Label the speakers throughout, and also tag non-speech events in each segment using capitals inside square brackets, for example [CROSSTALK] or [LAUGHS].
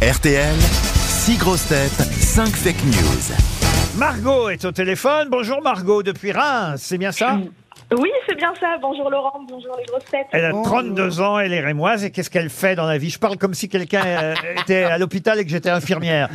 Speaker 1: RTL, 6 grosses têtes, 5 fake news.
Speaker 2: Margot est au téléphone. Bonjour Margot depuis Reims, c'est bien ça
Speaker 3: Oui, c'est bien ça. Bonjour Laurent, bonjour les grosses têtes.
Speaker 2: Elle a 32 ans, elle est rémoise. Et qu'est-ce qu'elle fait dans la vie Je parle comme si quelqu'un euh, était à l'hôpital et que j'étais infirmière.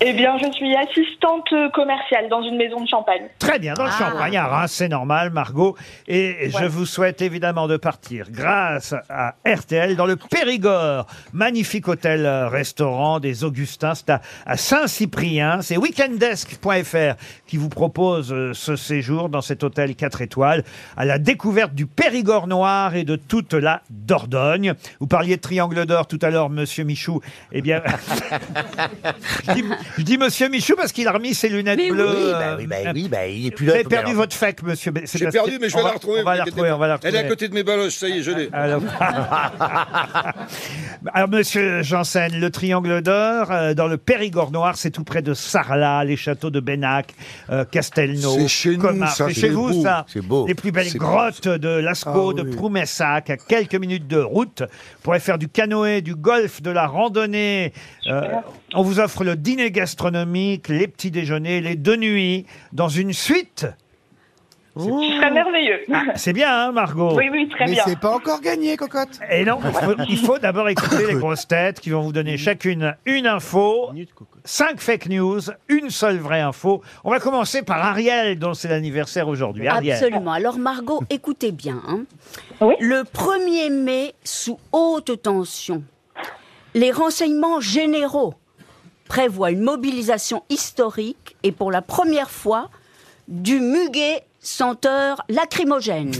Speaker 3: Eh bien, je suis assistante commerciale dans une maison de champagne.
Speaker 2: Très bien, dans le champagne à Reims, c'est normal Margot. Et je vous souhaite évidemment de partir grâce à RTL dans le Périgord. Magnifique hôtel-restaurant des Augustins, c'est à, à Saint-Cyprien. C'est weekendesk.fr qui vous propose euh, ce séjour dans cet hôtel 4 étoiles à la découverte du Périgord noir et de toute la Dordogne. Vous parliez de triangle d'or tout à l'heure, monsieur Michou. Eh bien, [LAUGHS] je, dis, je dis monsieur Michou parce qu'il a remis ses lunettes bleues.
Speaker 4: Oui, bah
Speaker 2: euh,
Speaker 4: oui, bah oui, bah il est plus
Speaker 2: Vous
Speaker 4: là.
Speaker 2: avez perdu votre fake, monsieur. Bé-
Speaker 5: J'ai
Speaker 2: Sébastien.
Speaker 5: perdu, mais je vais
Speaker 2: On va-
Speaker 5: la retrouver.
Speaker 2: On va la
Speaker 5: vous
Speaker 2: retrouver, on va la
Speaker 5: inquiétez pas. Elle est à
Speaker 2: retrouver.
Speaker 5: côté de mes baloches, ça y est, je l'ai.
Speaker 2: Alors, [LAUGHS] Alors, monsieur Janssen, le triangle d'or, euh, dans le Périgord noir, c'est tout près de Sarlat, les châteaux de Benac, euh, Castelnau.
Speaker 6: C'est chez nous,
Speaker 2: Comars.
Speaker 6: ça,
Speaker 2: C'est
Speaker 6: c'est
Speaker 2: chez vous,
Speaker 6: beau.
Speaker 2: ça.
Speaker 4: C'est beau.
Speaker 2: Les plus belles
Speaker 6: C'est Ah beau,
Speaker 2: grottes de Lascaux, de Proumessac, à quelques minutes de route. Vous pourrez faire du canoë, du golf, de la randonnée. Euh, on vous offre le dîner gastronomique, les petits déjeuners, les deux nuits, dans une suite.
Speaker 3: Ce serait merveilleux.
Speaker 2: C'est bien, hein, Margot
Speaker 3: [LAUGHS] Oui, oui, très
Speaker 6: Mmh. Ah. Mais
Speaker 3: bien.
Speaker 6: c'est pas encore gagné, cocotte.
Speaker 2: Et non, il faut, il faut d'abord écouter les grosses têtes qui vont vous donner chacune une info, cinq fake news, une seule vraie info. On va commencer par Ariel, dont c'est l'anniversaire aujourd'hui. Ariel.
Speaker 7: Absolument. Alors Margot, écoutez bien. hein.
Speaker 3: Oui.
Speaker 7: Le 1er mai, sous haute tension, les renseignements généraux prévoient une mobilisation historique et pour la première fois du muguet senteur
Speaker 5: [LAUGHS]
Speaker 7: lacrymogène.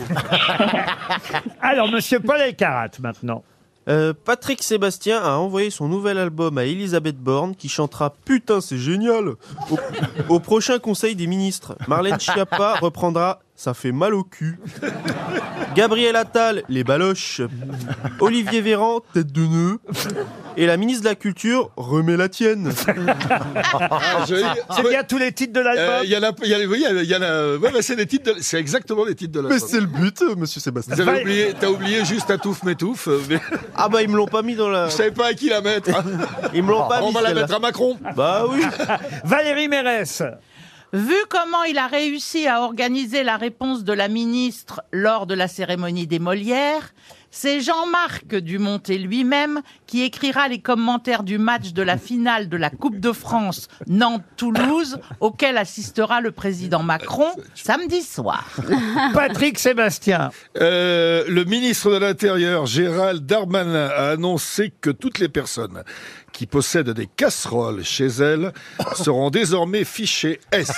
Speaker 2: Alors, monsieur Paul Elkarat, maintenant.
Speaker 8: Euh, Patrick Sébastien a envoyé son nouvel album à Elisabeth Borne qui chantera Putain c'est génial au, au prochain conseil des ministres. Marlène Schiappa reprendra Ça fait mal au cul. Gabriel Attal, les baloches. Olivier Véran, tête de nœud. Et la ministre de la Culture, remets la tienne.
Speaker 5: Ah, joli.
Speaker 2: C'est bien tous les titres de
Speaker 5: Euh,
Speaker 2: l'album
Speaker 5: Il y a la, il y a, oui, il y a- il y a la, ouais, bah, c'est les titres de- c'est exactement les titres de la.
Speaker 8: Mais c'est le but, euh, monsieur Sébastien.
Speaker 5: Vous avez
Speaker 2: Val-
Speaker 5: oublié, t'as oublié juste à touffe m'étouffe, euh, mais
Speaker 8: Ah bah ils me l'ont pas mis dans la...
Speaker 5: je savais pas à qui la mettre.
Speaker 8: Ils me l'ont pas
Speaker 5: On
Speaker 8: mis
Speaker 5: va la
Speaker 8: celle-là.
Speaker 5: mettre à Macron.
Speaker 8: Bah oui
Speaker 2: Valérie Mérès.
Speaker 9: Vu comment il a réussi à organiser la réponse de la ministre lors de la cérémonie des Molières, c'est Jean-Marc Dumonté lui-même qui écrira les commentaires du match de la finale de la Coupe de France Nantes-Toulouse, auquel assistera le président Macron samedi soir.
Speaker 2: Patrick Sébastien.
Speaker 5: Euh, le ministre de l'Intérieur, Gérald Darmanin, a annoncé que toutes les personnes qui possèdent des casseroles chez elles seront désormais fichées
Speaker 2: [LAUGHS]
Speaker 5: S.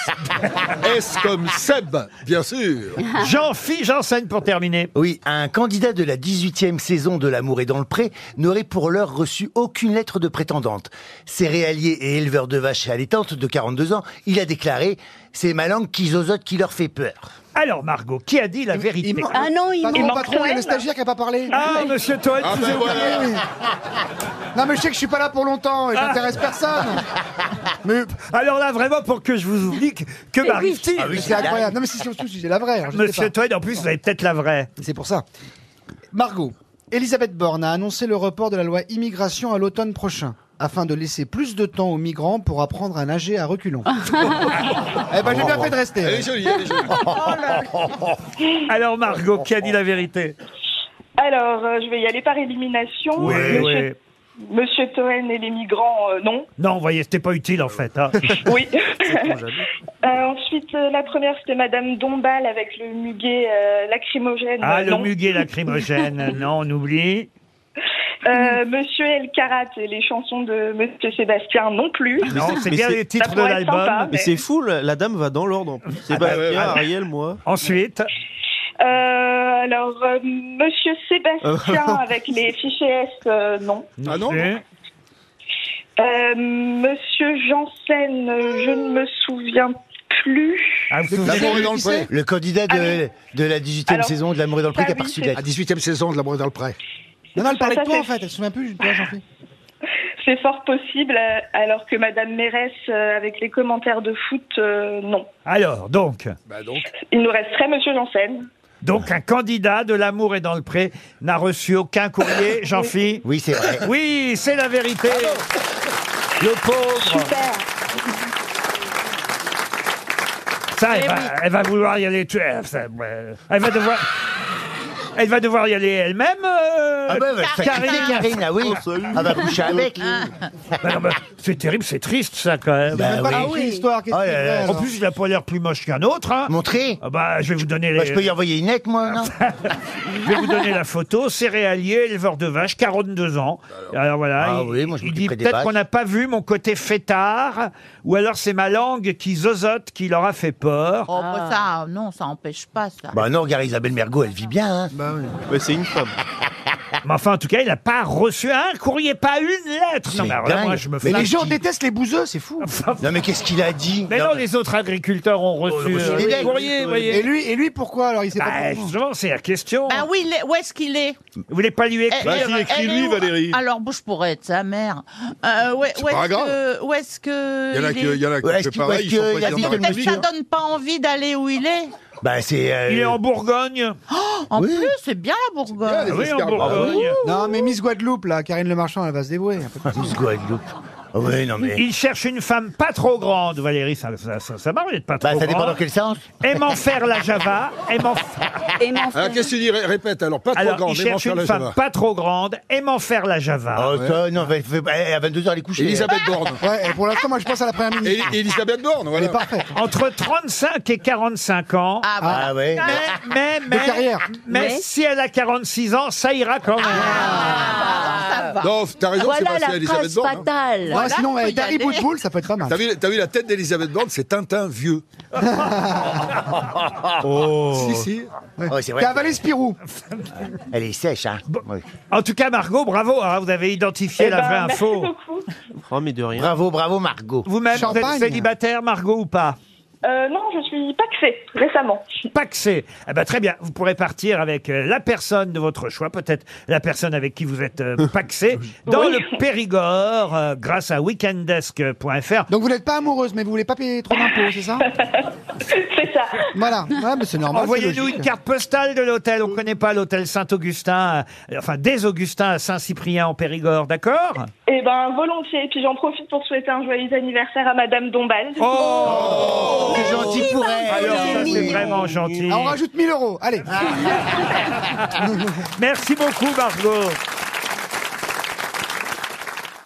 Speaker 5: S comme Seb, bien sûr.
Speaker 2: Jean-Philippe Janssen pour terminer.
Speaker 4: Oui, un candidat de la 18e saison de L'amour est dans le pré n'aurait pour l'heure reçu aucune lettre de prétendante. Céréalier et éleveur de vaches allaitantes de 42 ans, il a déclaré « C'est ma langue qui zozote qui leur fait peur
Speaker 2: Alors, Margot, qui a dit la vérité
Speaker 6: il manque-
Speaker 7: ah non, il
Speaker 6: Patron,
Speaker 7: manque
Speaker 6: patron, il y a le stagiaire qui a pas parlé.
Speaker 2: Ah, monsieur Toel,
Speaker 5: Ah
Speaker 2: vous
Speaker 5: ben
Speaker 2: avez-
Speaker 5: voilà.
Speaker 6: Non, mais je sais que je suis pas là pour longtemps et j'intéresse personne. Mais
Speaker 2: Alors là, vraiment, pour que je vous oublie, que, que
Speaker 7: Eh oui. Ah,
Speaker 2: m'arrive-t-il
Speaker 4: oui,
Speaker 6: c'est incroyable. Ah, Non, mais c'est surtout si j'ai la vraie. alors je sais
Speaker 2: Monsieur
Speaker 6: pas.
Speaker 2: Toel, en plus, vous avez peut-être la vraie.
Speaker 6: C'est pour ça. Margot, Elisabeth Borne a annoncé le report de la loi immigration à l'automne prochain afin de laisser plus de temps aux migrants pour apprendre à nager à reculons. eh ben, j'ai bien fait de rester.
Speaker 5: Elle est jolie, elle est jolie.
Speaker 2: Alors, Margot, qui a dit la vérité
Speaker 3: Alors, euh, je vais y aller par élimination. Monsieur, Monsieur Toen et les migrants, euh,
Speaker 2: [LAUGHS]
Speaker 3: non.
Speaker 2: Non, vous voyez, c'était pas utile en fait. hein.
Speaker 3: Oui. [LAUGHS] Euh, ensuite, euh, la première, c'était Madame Dombal avec le muguet euh, lacrymogène.
Speaker 2: Ah,
Speaker 3: euh,
Speaker 2: le
Speaker 3: non.
Speaker 2: muguet lacrymogène, non, on oublie.
Speaker 3: Euh, Monsieur El Karat et les chansons de Monsieur Sébastien, non plus.
Speaker 2: Non,
Speaker 8: c'est-
Speaker 2: c'est
Speaker 8: mais
Speaker 2: bien
Speaker 8: c'est-
Speaker 2: les titres
Speaker 3: ça
Speaker 2: Ah, de
Speaker 3: pourrait être
Speaker 2: l'album.
Speaker 3: sympa.
Speaker 8: Mais c'est fou, la la dame va dans l'ordre en plus. Sébastien,
Speaker 2: ah bah.
Speaker 8: Ariel, moi.
Speaker 2: Ensuite,
Speaker 3: Euh, alors, euh, Monsieur Sébastien avec les fichiers S, euh, non.
Speaker 5: Ah non
Speaker 2: euh,
Speaker 3: Euh, Monsieur Janssen, euh, je ne me souviens plus.
Speaker 2: ah, vous vous souvenez-
Speaker 5: L'amour est dans le pré. »
Speaker 4: Le candidat de, de la 18e
Speaker 3: Alors,
Speaker 4: saison de L'amour est dans le pré
Speaker 3: ça,
Speaker 4: qui a
Speaker 3: oui,
Speaker 4: par
Speaker 3: c'est-
Speaker 4: Sudette.
Speaker 6: À 18 e saison de l'amour est dans le pré. Non, non, elle parlait
Speaker 3: Ça,
Speaker 6: de toi
Speaker 3: c'est-
Speaker 6: en fait, elle se souvient plus de toi, jean philippe
Speaker 3: C'est fort possible, euh, alors que Madame Mérès, euh, avec les commentaires de foot, euh, non.
Speaker 2: Alors, donc,
Speaker 5: Bah donc.
Speaker 3: Il nous resterait Monsieur Janssen.
Speaker 2: Donc un candidat de l'amour est dans le pré n'a reçu aucun courrier, jean philippe
Speaker 4: Oui, c'est vrai.
Speaker 2: Oui, c'est la vérité. Le pauvre.
Speaker 3: Super.
Speaker 2: Ça, elle
Speaker 9: Eh
Speaker 2: va,
Speaker 9: oui.
Speaker 2: elle va vouloir y aller. tu- euh, ça, euh, Elle va devoir. Elle va devoir y aller elle-même. euh,
Speaker 4: Ah ben,
Speaker 2: Karine.
Speaker 4: Karine, Karine, ah oui. Elle va coucher avec.
Speaker 2: Bah non, bah, c'est terrible, c'est triste ça quand même.
Speaker 4: Bah
Speaker 6: Pas
Speaker 4: oui.
Speaker 6: compris Ah l'histoire, qu'est-ce
Speaker 4: Oh là
Speaker 6: qu'il y a
Speaker 4: là.
Speaker 6: derrière,
Speaker 2: en
Speaker 6: alors
Speaker 2: plus, il a pas l'air plus moche qu'un autre. hein.
Speaker 4: Montrez.
Speaker 2: Ah bah, je vais vous donner les-
Speaker 4: Bah, je peux y envoyer une lettre, moi, non
Speaker 2: [LAUGHS] je vais vous donner la photo. Céréalier, éleveur de vaches, 42 ans. Alors voilà,
Speaker 4: Ah
Speaker 2: il,
Speaker 4: oui, moi, je
Speaker 2: il dit
Speaker 4: m'occuperai des
Speaker 2: peut-être
Speaker 4: vaches.
Speaker 2: qu'on n'a pas vu mon côté fêtard, ou alors c'est ma langue qui zozote qui leur a fait peur.
Speaker 9: Oh, bah, ça, non, ça empêche pas ça.
Speaker 4: Bah non, regarde, Isabelle Mergot, elle vit bien. Hein.
Speaker 8: Mais c'est une femme.
Speaker 2: Mais enfin, en tout cas, il n'a pas reçu un courrier, pas une lettre. Non,
Speaker 4: C'est
Speaker 2: mais alors là,
Speaker 4: dingue.
Speaker 2: moi, je me
Speaker 4: Mais
Speaker 2: fais.
Speaker 6: Mais les
Speaker 4: Là,
Speaker 6: gens
Speaker 4: qui-
Speaker 6: détestent les bouseux, c'est fou.
Speaker 4: Non, mais qu'est-ce qu'il a dit
Speaker 2: Mais
Speaker 4: Non,
Speaker 2: non,
Speaker 4: mais-
Speaker 2: les autres agriculteurs ont reçu
Speaker 4: Oh,
Speaker 2: euh,
Speaker 4: c'est
Speaker 2: des
Speaker 4: dingue.
Speaker 2: courriers, vous voyez.
Speaker 6: Et lui, et lui pourquoi alors il s'est
Speaker 2: Bah,
Speaker 6: pas
Speaker 2: justement, c'est la question.
Speaker 9: Bah oui, il est- où est-ce qu'il est,
Speaker 2: Vous voulez pas lui écrire
Speaker 5: Bah,
Speaker 9: Elle-
Speaker 5: si,
Speaker 4: Eh,
Speaker 9: elle-
Speaker 5: écris-lui,
Speaker 9: elle est où
Speaker 5: Valérie.
Speaker 9: Alors, bouge pour être sa mère. Euh, où est- où
Speaker 5: pas
Speaker 9: est-ce
Speaker 5: grave.
Speaker 9: que... Où est-ce que...
Speaker 5: Il y en a
Speaker 9: il
Speaker 5: qui,
Speaker 9: est
Speaker 5: il y en a qui
Speaker 4: Ouais, est-ce
Speaker 5: fait
Speaker 4: qu'il-
Speaker 5: pareil,
Speaker 4: est-ce
Speaker 5: ils sont
Speaker 4: qu'il
Speaker 5: présidents
Speaker 4: habite
Speaker 5: de la
Speaker 4: une
Speaker 9: Peut-être
Speaker 5: République.
Speaker 9: que ça donne pas envie d'aller où il est.
Speaker 4: Bah, c'est. euh,
Speaker 2: Il est en Bourgogne.
Speaker 9: En
Speaker 4: Oui.
Speaker 9: plus, c'est bien la
Speaker 5: bien,
Speaker 9: Bourgogne.
Speaker 5: les-
Speaker 2: Ah oui, en
Speaker 5: escarpins.
Speaker 2: Bourgogne.
Speaker 6: Non, mais Miss Guadeloupe, là, Karine Le Marchand, elle va se débrouiller. y a pas de
Speaker 4: Miss Guadeloupe. Ah Ouais, non, mais.
Speaker 2: Il cherche une femme pas trop grande, Valérie, ça, ça, ça, ça marche d'être pas
Speaker 4: Bah,
Speaker 2: trop
Speaker 4: ça dépend dans
Speaker 2: grande.
Speaker 4: quel sens.
Speaker 2: Aimant faire la Java, aimant,
Speaker 7: Et mon frère-
Speaker 5: Alors, qu'est-ce que tu dis Ré- Répète, alors, pas trop
Speaker 2: alors,
Speaker 5: grand,
Speaker 2: il cherche
Speaker 5: sur
Speaker 2: une
Speaker 5: la
Speaker 2: femme
Speaker 5: Java.
Speaker 2: pas trop grande, aimant faire la
Speaker 8: Ah,
Speaker 2: Java.
Speaker 4: Oh, ça, non, va- va- eh, à 22h, elle est couchée.
Speaker 5: Elisabeth Borne.
Speaker 6: problème. Ouais, et pour l'instant, moi, je pense à la première
Speaker 5: Et-
Speaker 6: ministre.
Speaker 5: Elisabeth Borne,
Speaker 6: Elle
Speaker 5: voilà.
Speaker 6: est parfaite.
Speaker 2: Entre 35 et 45 ans.
Speaker 9: Ah, bah,
Speaker 4: Ah ouais.
Speaker 2: Mais, mais, mais,
Speaker 6: carrière.
Speaker 2: mais
Speaker 7: Oui.
Speaker 2: si elle a 46 ans, ça ira quand même.
Speaker 3: Ah.
Speaker 9: ça va.
Speaker 5: Non, t'as raison, c'est
Speaker 7: Voilà
Speaker 5: passé à
Speaker 7: la
Speaker 5: Elisabeth
Speaker 7: phrase
Speaker 5: Borne. hein.
Speaker 7: fatale.
Speaker 6: Non, sinon,
Speaker 9: on peut
Speaker 6: avec
Speaker 9: y
Speaker 6: Harry
Speaker 9: aller.
Speaker 6: Bootbull, ça peut être pas mal.
Speaker 5: T'as vu, t'as vu la tête d'Elisabeth Borne, c'est Tintin vieux. Si, si.
Speaker 4: Ah ouais, c'est vrai.
Speaker 6: T'as avalé Spirou.
Speaker 4: Elle est sèche, hein. Ouais.
Speaker 2: En tout cas, Margot, bravo, hein, vous avez identifié
Speaker 3: Eh
Speaker 2: la
Speaker 3: ben,
Speaker 2: vraie
Speaker 3: merci
Speaker 2: info.
Speaker 3: beaucoup.
Speaker 8: Oh, mais de rien.
Speaker 4: Bravo, bravo, Margot.
Speaker 2: Vous-même, vous êtes
Speaker 6: Champagne.
Speaker 2: célibataire, Margot, ou pas
Speaker 3: Euh, non, je suis paxée récemment. [LAUGHS]
Speaker 2: Paxé. Eh ben, très bien, vous pourrez partir avec euh, la personne de votre choix, peut-être la personne avec qui vous êtes
Speaker 6: [LAUGHS]
Speaker 2: euh, paxé, dans
Speaker 3: Oui.
Speaker 2: le Périgord, euh, grâce à weekendesk.fr.
Speaker 6: Donc vous n'êtes pas amoureuse, mais vous voulez pas payer trop d'impôts,
Speaker 4: [LAUGHS]
Speaker 6: c'est ça
Speaker 3: C'est ça.
Speaker 6: Voilà. Ouais, mais c'est normal. c'est
Speaker 2: Envoyez-nous
Speaker 6: logique.
Speaker 2: une carte postale de l'hôtel. On ne connaît pas l'hôtel Saint-Augustin, euh, enfin des Augustins à Saint-Cyprien en Périgord, d'accord
Speaker 3: Eh ben, volontiers. Et puis j'en profite pour souhaiter un joyeux anniversaire à Madame Dombal.
Speaker 2: Oh,
Speaker 4: C'est gentil pour
Speaker 2: Alors,
Speaker 4: elle.
Speaker 2: ça, c'est vraiment gentil.
Speaker 4: Ah,
Speaker 6: Ah, on rajoute 1000 euros. Allez.
Speaker 2: Merci beaucoup, Margot.